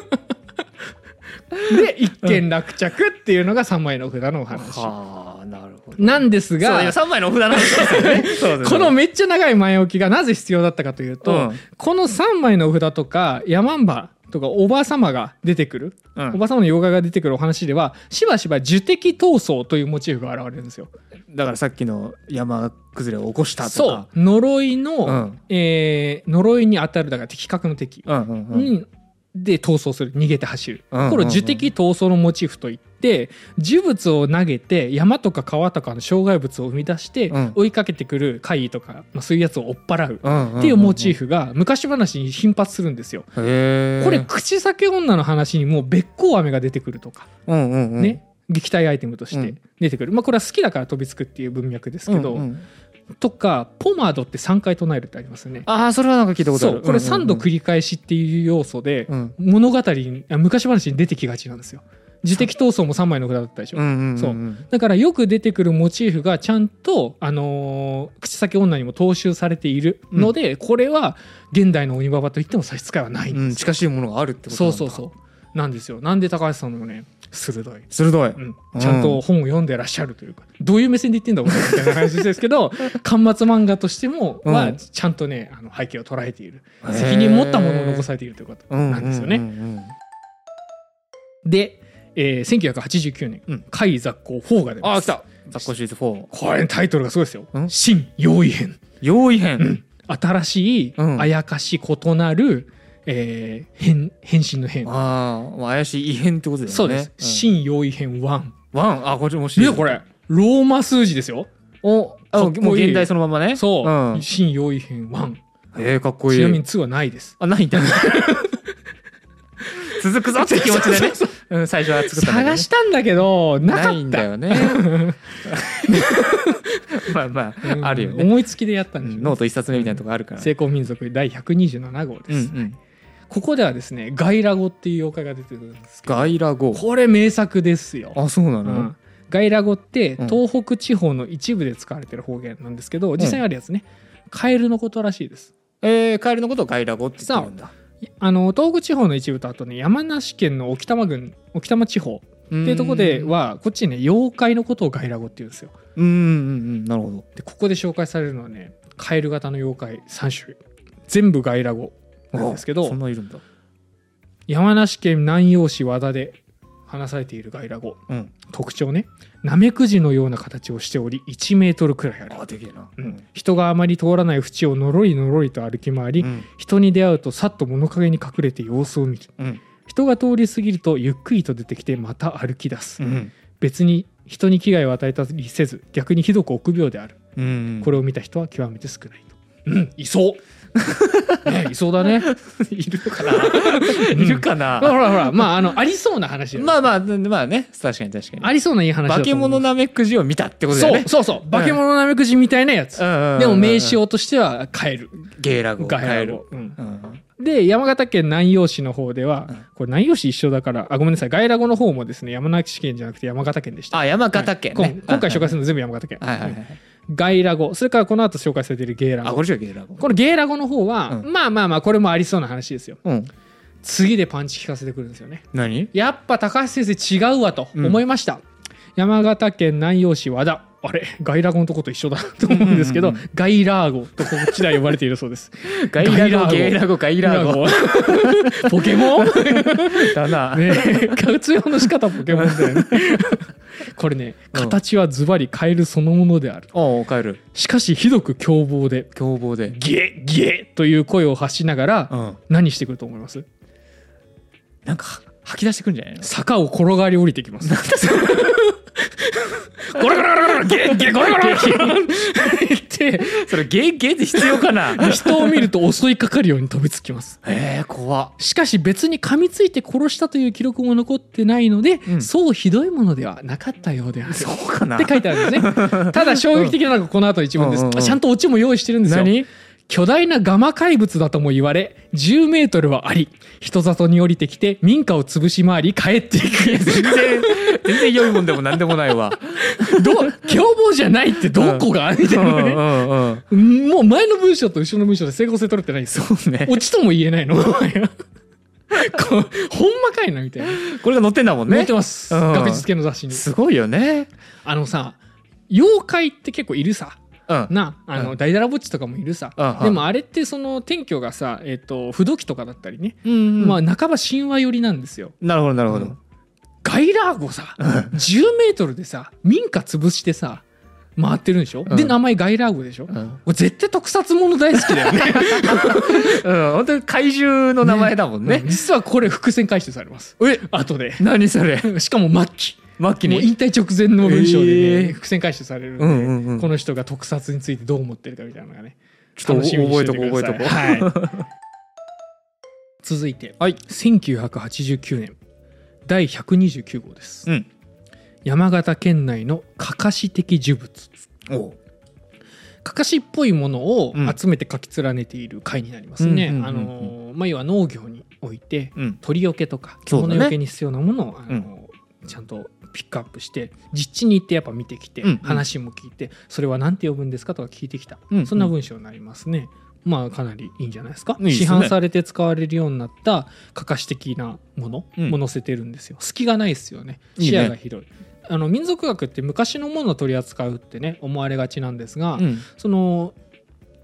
A: よね で一件落着っていうのが3枚の札のお話
B: はあなるほど
A: なんです
B: そうい
A: が
B: や3枚のお札なんです よねそうそう
A: このめっちゃ長い前置きがなぜ必要だったかというと、
B: うん
A: この3枚の札とか山んばとかおばあ様が出てくる、
B: うん
A: おばあ様の妖怪が出てくるお話ではしばしば樹敵闘争というモチーフが現れるんですよ。
B: だからさっきの山崩れを起こしたとか
A: そう呪いの、
B: うん
A: えー呪いに当たるだから敵格の敵
B: うんうんうん
A: に、で逃走する逃げて走る、
B: うんうんうん
A: これを樹敵闘争のモチーフといって呪物を投げて山とか川とかの障害物を生み出して、
B: うん
A: 追いかけてくる怪異とか、まあ、そういうやつを追っ払う
B: うんんん
A: っていうモチーフが昔話に頻発するんですよ。
B: へえ
A: これ口裂け女の話にもべっこう飴が出てくるとか
B: うんうんうん
A: ね、撃退アイテムとし
B: う
A: て
B: ん
A: 出てくる、まあこれは好きだから飛びつくっていう文脈ですけど、
B: うんうん
A: とかポマードって3回唱えるってありますよね。
B: ああそれはなんか聞いたことあ
A: そ
B: る
A: うこれ3度繰
B: リ
A: り返しっていう要素で
B: うん
A: 物語にあ昔話に出てきがちなんですよ。自敵闘争も3枚の札だったでしょ。
B: うんうん
A: そうんだからよく出てくるモチーフがちゃんと、あのー口先女にも踏襲されているので、これは現代の鬼ババといっても差し支えはないん
B: う
A: で
B: ん
A: す、
B: 近しいものがあるってこ
A: そう
B: となんだ
A: そうそうなんですよなんで高橋さんもね鋭い、
B: 鋭い
A: うん、ちゃんと本を読んでらっしゃるというか、どういう目線で言ってんだ俺みたいな話ですけ ど巻末漫画としても
B: うん
A: はちゃんとねあの背景を捉えている
B: へー
A: 責任持ったものを残されているということ
B: うん
A: なんですよね。
B: うんうんうん
A: で、えー1989年「
B: うん
A: 怪異雑行4」が出
B: あ
A: ま
B: あ来
A: す。
B: た雑魚シリーズ4
A: これタイトルがすごいですよ
B: う。ん
A: 新用意編。
B: 用意編
A: 新しい、
B: うん
A: あやかし異なる、えー変変身の変。
B: あーまあ怪しい異変ってことだよね
A: そうです。新用意編1。
B: ワンあこっちもシ
A: い
B: リー
A: や、
B: ズ
A: これ、ローマ数字ですよ。
B: おあ
A: かっこいい
B: もう現代そのままね
A: そう。
B: うん
A: 新用意編1。
B: ええかっこいい
A: ちなみに2はないです。
B: あ、ないんだ。続くぞって気持ちでね。
A: そうそう
B: うん、最初は
A: そ
B: 作
A: う
B: ったんだけどね
A: 探したんだけど、な
B: な
A: か
B: い
A: っ
B: んだ
A: た。
B: よね。 まあま
A: うん
B: あ、あるよね。
A: 思いつきでやったんでしょうね
B: ノート一冊目みたいなとこあるから。
A: 成功民族第127号で
B: うんう
A: す、
B: ん。
A: ここではですね、ガイラ語っていう妖怪が出てくるんですけど、
B: ガイラ語。
A: これ名作ですよ。
B: あ、そうな
A: う
B: の
A: ん。ガイラ語って
B: うん
A: 東北地方の一部で使われてる方言なんですけど、実際にあるやつね、カエルのことらしいです
B: えー、カエルのことをガイラ語って言ってるんだ。
A: いあの東北地方の一部とあとね山梨県の沖玉郡沖玉地方
B: って
A: っていうところで、はこっちね妖怪のことをガイラ語って言うんですよ
B: うんうんうん、なるほど。
A: でここで紹介されるのはねカエル型の妖怪3種類全部ガイラ語なんですけ
B: あそん
A: ど
B: ないるんだ。
A: 山梨県南陽市和田で話されているガイラ語
B: うん。
A: 特徴ねナメクジのような形をしており1メートルくらいある
B: あ、でけえな。
A: うん人があまり通らない縁をのろりのろりと歩き回り、
B: うん。
A: 人に出会うとさっと物陰に隠れて様子を見る
B: うん。
A: 人が通り過ぎるとゆっくりと出てきてまた歩き出す、
B: うん。
A: 別に人に危害を与えたりせず逆にひどく臆病である、
B: うん。
A: これを見た人は極めて少ないとうんいそう ねいそうだね
B: いるかないるか
A: ほら
B: な
A: ほらほらまああのありそうな話だよ
B: まあまあ、まあね。確かに確かに。
A: ありそうないい話だと思
B: 化
A: う
B: け物ナメクジを見たってことだ
A: そ
B: よ
A: う
B: ね。
A: そうそう化け物なめくじみたいなやつ、で
B: で
A: も名刺をとしては変える
B: ゲイラ語
A: 変え
B: 変
A: る
B: える、
A: うん
B: うん
A: で山形県南陽市の方では、
B: うん
A: これ南陽市一緒だからあごめんなさい外来語の方もですね山梨県じゃなくて山形県でした。
B: あ山形県ね、
A: はいこん今回紹介する
B: る
A: の全部山形県。
B: はいはいは
A: うん
B: い
A: 外来語それからこの後紹介されているゲイラ
B: あ
A: 語
B: これじゃゲイラ語
A: このゲイラ語の方は、
B: う
A: まあまあまあこれもありそうな話ですよ。
B: うん
A: 次でパンチ聞かせてくるんですよね。
B: 何
A: やっぱ高橋先生違うわと思いました。山形県南陽市和田あれ外来語のとこと一緒だ と思うんですけど、
B: うんうん
A: ガイラー語とこっちでは呼ばれているそう です。
B: ガイ
A: ガイラ
B: ラ語
A: 語
B: ゲイラ語ガイラ語
A: ガイラ語 ポケモン
B: だ な、
A: ね、活用の仕方はポケモンだよね。これね、
B: うん
A: 形はズバリカエルそのものである。
B: おう帰る
A: しかし、ひどく凶暴で、
B: 凶暴で
A: ゲッゲッという声を発しながら、
B: うん
A: 何してくると思います
B: なんか吐き出してくんじゃないの
A: 坂を転がり降りてきます。 ゴロゴロゴロゴロゲッゲッゴロゴロゴロゴロってて
B: それゲーゲーって必要かな
A: 人を見ると襲いかかるように飛びつきます
B: えー、怖っ
A: しかし別に噛みついて殺したという記録も残ってないので、
B: うん
A: そうひどいものではなかったようであるっ
B: そうかな
A: て書いてあるんです ねただ衝撃的なのがこの後一文です、
B: うんうんうん
A: ちゃんとオチも用意してるんですよ
B: 何
A: 巨大なガマ怪物だとも言われ10メートルはあり人里に降りてきて民家を潰し回り帰ってい
B: 全
A: く
B: 然全然良いもんでも何でもない わ
A: どう凶暴じゃないってどこがみた
B: う
A: い
B: ん
A: な
B: う
A: ね
B: んうん
A: もう前の文章と後ろの文章で整合性取れてないんですよ
B: そうね
A: 落ちとも言えないの こうほんまかいなみたいな
B: これが載ってんだもん
A: 見
B: ね
A: てます、
B: うん
A: 学術系の雑誌に
B: すごいよね
A: あのさ妖怪って結構いるさ
B: うん
A: なあの、
B: うん
A: ダイダラぼっちとかもいるさ、
B: うんうん
A: でもあれってその天居がさ、えっと不動機とかだったりね、
B: うん
A: ま
B: まあ
A: あ半ば神話寄りなんですよ
B: なるほどなるほ
A: うん
B: ど
A: ガイラーゴ さ10メートルでさ民家潰してさ回ってるんでしょ、
B: うん
A: で名前ガイラーゴでしょ、こ
B: うん
A: れ絶対特撮もの大好 きだよね
B: うん 本当に怪獣の名前だもんね
A: うん実はこれ伏線回収されます
B: え
A: 後で
B: 何それ
A: しかも末期
B: 末期
A: もう
B: に
A: 引退直前の文章でね、
B: えー
A: 伏線回収されるんで、
B: うんうんうん
A: この人が特撮についてどう思ってるかみたいなのがね
B: ちょっと覚えとこう覚えとこう
A: えとこ、はい、続いて、はい、1989年第129号です、
B: うん
A: 山形県内のかかし的呪物
B: おう
A: かかしっぽいものを
B: うん
A: 集めて書き連ねている回になりますね、
B: うんうんうんうん
A: あのまあ要は農業において
B: うん
A: 鳥よけとか
B: そうだね
A: 獣よけに必要なものを、あのちゃんとピックアップして実地に行ってやっぱ見てきて、
B: うんうん
A: 話も聞いてそれは何て呼ぶんですかとか聞いてきた、
B: うんうん
A: そんな文章になりますね。まあかなりいいんじゃないですか
B: いいです
A: 市
B: ね
A: 販されて使われるようになったかかし的なもの
B: うん
A: も載せてるんですよ、隙がないですよね
B: いい
A: 視
B: ね
A: 野が広いあの民族学って昔のものを取り扱うってね思われがちなんですが、
B: うん
A: その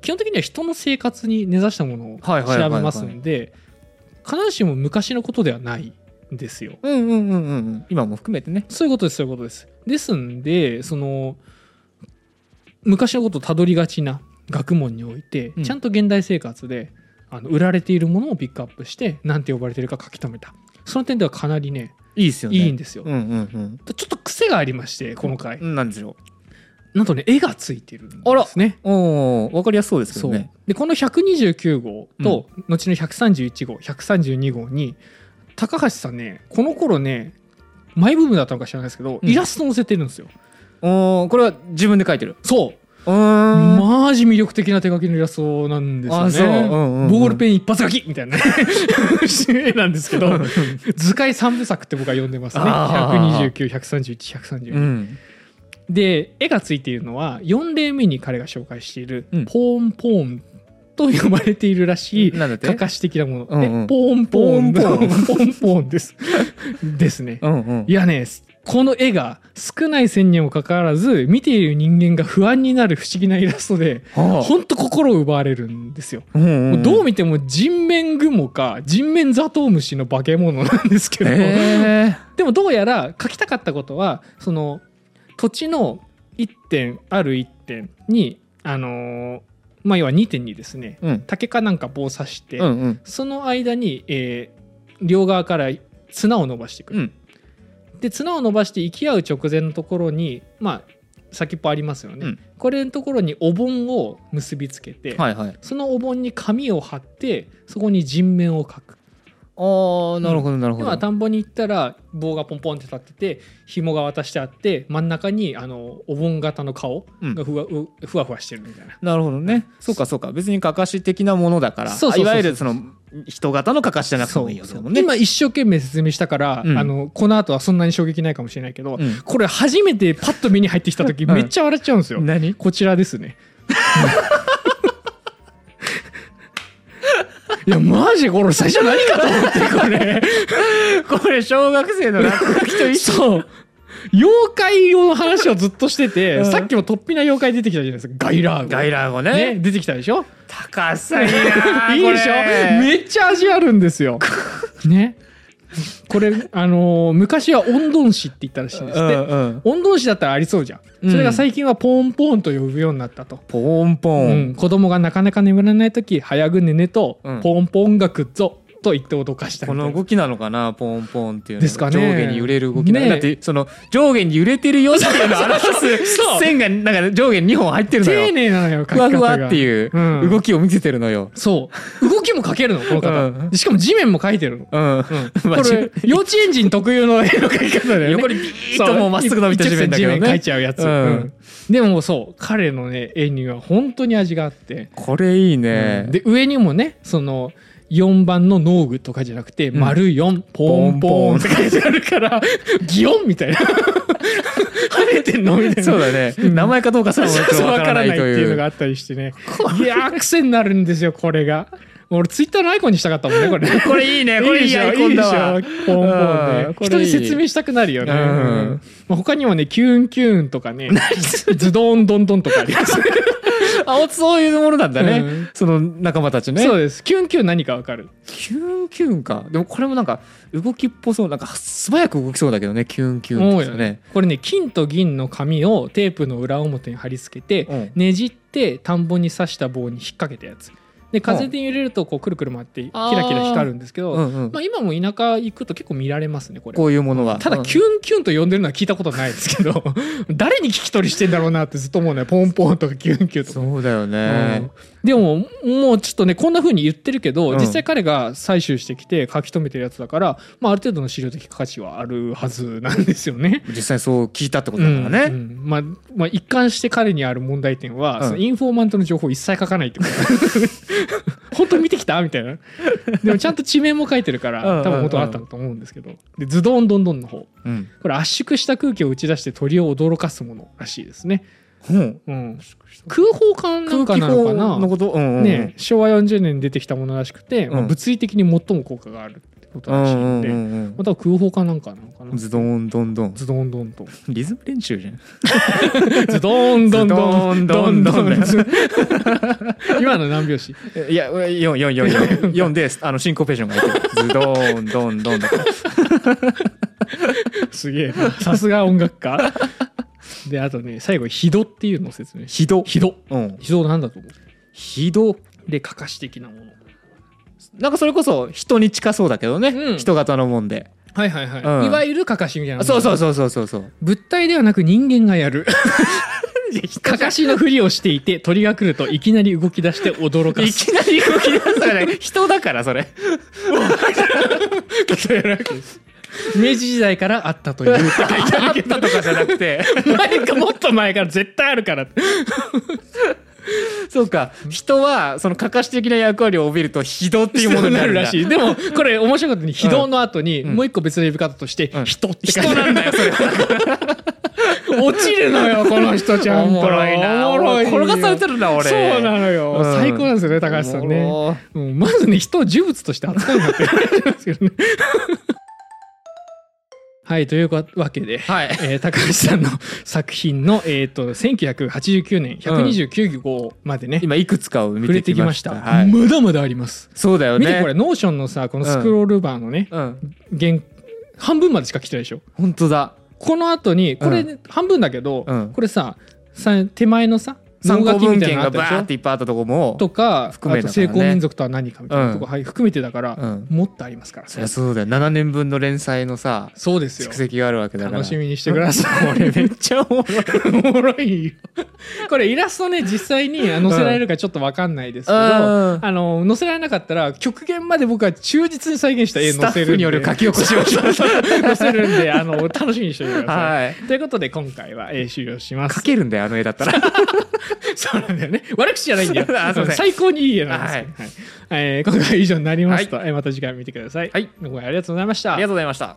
A: 基本的には人の生活に根ざしたものを
B: はい
A: 調
B: はいはいはい
A: べますんで必ずしも昔のことではないんですよ。
B: うんうんうんうんうん今も含めてね
A: そういうことですそういうことです。ですんでその昔のことをたどりがちな学問において、
B: うん
A: ちゃんと現代生活であの売られているものをピックアップして何て呼ばれてるか書き留めたその点ではかなりね
B: いいですよね
A: いいんですよ。
B: うんうん
A: ちょっと癖がありましてこの回、
B: うんなんでしょ
A: なんとね絵がついてるんで
B: あら
A: すね。
B: うおーわかりやすそうですけ
A: そ
B: ど
A: う
B: ね
A: でこの129号と、後の131号132号に高橋さんねこの頃ねマイブームだったのか知らないですけど、
B: うん
A: イラスト載せてるんですよ
B: おーこれは自分で書いてる
A: そう
B: うーん
A: マジ魅力的な手書きのイラストなんですよ
B: あ
A: ね
B: そううんうんうん
A: ボールペン一発書きみたいな ね絵なんですけど図解三部作って僕は読んでますね
B: あー
A: 12913132、
B: うん
A: で絵がついているのは4例目に彼が紹介している、
B: うん
A: ポーンポーンと呼ばれているらしい
B: なんだって
A: かかし的なもの、
B: うんうん
A: でポーンポーン
B: ポ
A: ポ
B: ーンポ
A: ーンポーンポーンです ですね
B: うんうん
A: いやねこの絵が少ない線にもかかわらず見ている人間が不安になる不思議なイラストで
B: は
A: ほんと心を奪われるんですよ、
B: あうん
A: も
B: う
A: うんどう見ても人面雲か人面ザトウムシの化け物なんですけど、
B: えー
A: でもどうやら書きたかったことはその土地の1点ある1点にあのーまあ要は2点にですね
B: うん
A: 竹かなんか棒を刺して、
B: うんうん
A: その間に、えー両側から綱を伸ばしていく、
B: うん
A: で綱を伸ばして行き合う直前のところにまあ先っぽありますよね、
B: うん
A: これのところにお盆を結びつけて、
B: はいはい
A: そのお盆に紙を貼ってそこに人面を描く
B: ああなるほどなるほ
A: 今
B: ど
A: 田んぼに行ったら棒がポンポンって立ってて紐が渡してあって真ん中にあのお盆型の顔
B: うん
A: がふわ,う、ふわふわしてるみたいな。
B: なるほどねそうかそうか別にかかし的なものだから
A: そうそうそう
B: いわゆるその人型のかかしじゃなくてもいいよ
A: そう
B: もんね
A: 今一生懸命説明したから、
B: うん
A: あのこの後はそんなに衝撃ないかもしれないけど、
B: うん
A: これ初めてパッと目に入ってきた時
B: うん
A: めっちゃ笑っちゃうんですよ。
B: 何
A: こちらですね。いやマジこれ最初何かと思ってこれ。
B: これ小学生の落書きと一緒
A: そう。妖怪の話をずっとしてて、
B: うん
A: さっきも突飛な妖怪出てきたじゃないですか。ガイラーゴ。
B: 外覧を
A: ね、
B: ね
A: 出てきたでしょ
B: 高 さいなあ
A: いいでしょ
B: これ
A: めっちゃ味あるんです よ。ね。これ、あのー昔は温存師って言ったらしいんですって。
B: うんうん
A: 温存師だったらありそうじゃ
B: うん
A: ん。それが最近はポンポンと呼ぶようになったと。
B: ポンポ
A: う
B: ン
A: ん、子供がなかなか眠らない時早ぐねねと
B: うん
A: ポンポンがくっぞと言って脅かした
B: こ
A: みたいな
B: の動きなのかなポンポンっていうのが
A: ですかね
B: 上下に揺れる動きな
A: ねえ
B: だってその上下に揺れてるよっていうのを 表す
A: そう
B: 線がなんか上下に2本入ってるの
A: 丁
B: よ
A: 寧なのよ書き
B: ふ
A: 方
B: わ
A: が
B: ふわっていう
A: うん
B: 動きを見せてるのよ
A: そう動きも書けるのこの方、
B: う
A: しかも地面も書いてるの
B: うん、まあ
A: これ幼稚園児特有の絵の描き方だよね
B: 横にビーッともうまっすぐ伸びた地面だけど
A: 一直線地面描い
B: ね
A: ちゃうやつ、
B: うん
A: うんでもそう彼のね絵には本当に味があって、
B: これいいね、
A: で上にもねその4番の農具とかじゃなくて、
B: ん
A: 丸4ポンポンって書いてあるから擬音みたいな晴れてんのみたいな
B: そうだね、
A: うん
B: 名前かどうかすらもちょっとわ
A: わ
B: からな
A: っ
B: いと
A: ていう
B: い
A: の
B: う
A: があったりしてねいやー癖になるんですよこれが俺ツイッターのアイコンにしたかったもんねこれ
B: これいいねこれいいアイコ
A: い
B: ン
A: いで
B: だ
A: しょ
B: わ
A: いいでしょポンポン
B: うん
A: ね
B: これいい
A: 人に説明したくなるよね、
B: うん
A: うんまあ、他にもねキュンキュンとか ねズドンドンドンとかありますね
B: あそういうものなんだね、
A: うん
B: その仲間たちね
A: そうですキュンキュン何かわかる
B: キュンキュンかでもこれもなんか動きっぽそうなんか素早く動きそうだけどねキュンキュンですよね
A: これね金と銀の紙をテープの裏表に貼り付けて、
B: うん
A: ねじって田んぼに刺した棒に引っ掛けたやつで風で揺れるとこうくるくる回ってキラキラ光るんですけど、
B: うんうん
A: まあ、今も田舎行くと結構見られますねこれ
B: こういうものは
A: ただキュンキュンと呼んでるのは聞いたことないですけど 誰に聞き取りしてんだろうなってずっと思うのよポンポンとかキュンキュンとか。
B: そうだよ
A: うん
B: ね、
A: でももうちょっとねこんな風に言ってるけど、
B: うん
A: 実際彼が採取してきて書き留めてるやつだから、まあ、ある程度の資料的価値はあるはずなんですよね。
B: 実際そう聞いたってことだからね、
A: うんうんまあまあ、一貫して彼にある問題点は、
B: うん
A: そのインフォーマントの情報を一切書かないってこと 本当に見てきたみたいなでもちゃんと地名も書いてるか
B: うんうんう
A: ら
B: ん
A: 多分本当あったと思うんですけどでズドンドンドンの方
B: うん
A: これ圧縮した空気を打ち出して鳥を驚かすものらしいですね、
B: うん
A: うん、空砲艦なんか
B: 空気
A: なのか
B: 砲
A: な
B: のこと、うんうん
A: ね、昭和40年に出てきたものらしくて、まあ
B: うん
A: 物理的に最も効果があるってこと
B: うん
A: らしい
B: うん
A: ので、
B: う
A: ま
B: ん
A: あ多分空砲艦なんかなのかな
B: うんズドンドンドン
A: ズドンドン と
B: リズム練習じゃん
A: ズドンドンドン
B: ドンドンドン
A: ドン 今の何拍子
B: えいや四四四 四四であのシンコペーションが入ってるズドンド ンドンだから
A: すげえなさすが音楽家であとね最後「ひど」っていうのを説明し
B: ひど
A: ひど
B: うん
A: ひどなんだと思う
B: ひど
A: でかかし的なもの
B: なんかそれこそ人に近そうだけどね、
A: うん
B: 人型のもんで
A: はいはいはい、
B: うん
A: いわゆるかかしみたいなもの
B: そうそうそうそうそうそう
A: 物体ではなく人間がや るかかしのふりをしていて鳥が来るといきなり動き出して驚か
B: い
A: す
B: きなり動き出すからね 人だからそれ
A: 明治時代からあったというって書いてあ
B: あったとかじゃなくて
A: る前かもっと前から絶対あるから
B: そうか人はそのかかし的な役割を帯びると非道っていうものになる
A: らし
B: い
A: いでもこれ面白かったのに「非道」の後に
B: ん
A: もう一個別の呼び方として
B: う
A: 「
B: ん
A: 人」って書
B: 人
A: いてある
B: なんだよそれ
A: 落ちるのよこの人ちゃんと
B: おもろいな
A: おもろいよ
B: 転がされてるな俺
A: そうなのよ、
B: うん
A: 最高なんですよね高橋さんねうんまずね人を呪物として扱うなって話なんですけどね はいというわけで、
B: はい
A: えー高橋さんの作品の、えー、と1989年129号までね、
B: 今いくつかを見
A: 触れ
B: て
A: て
B: き
A: き
B: ま
A: まし
B: したたはい、
A: まだまだあります、
B: そうだよね
A: 見てこれノーションのさこのスクロールバーのね、
B: うん
A: 原半分までしか来てないでしょ
B: 本当だ
A: この後にこれ、
B: う
A: 半分だけど、
B: うん
A: これささ手前のさ
B: 参考
A: 能書き
B: 文
A: みたい
B: 献
A: なのあ
B: が
A: ったで
B: バ
A: しょ
B: ーっていっぱいあったとこも
A: とか
B: 含め
A: あ
B: だ
A: と
B: から
A: 成
B: ね
A: 功民族とは何かみたいなとこ、
B: うん
A: はい、含めてだから、
B: うん
A: もっとありますから
B: そりゃそうだよ7年分の連載のさ
A: そうですよ
B: 蓄積があるわけだから
A: 楽しみにしてください
B: これめっちゃおもろい
A: おもろいよ これイラストね実際に載せられるかちょっと分かんないですけど、
B: うん
A: あの載せられなかったら極限まで僕は忠実に再現した絵
B: スタ
A: 載せるん
B: ッフ
A: で
B: による書き起こしをしまし
A: 載せるんであの楽しみにしておいてくだ
B: た
A: さい。
B: はい
A: ということで今回は、えー終了しま
B: 書
A: す。
B: けるんだよあの絵だったら
A: そうなんだよね。悪口じゃないんだ
B: あすい
A: よ
B: ま。せん
A: 最高にいい絵なんですよ、はいえー今回は以上になりました。えーまた次回見てください。
B: はい。
A: 今回ありがとうございました。
B: ありがとうございました。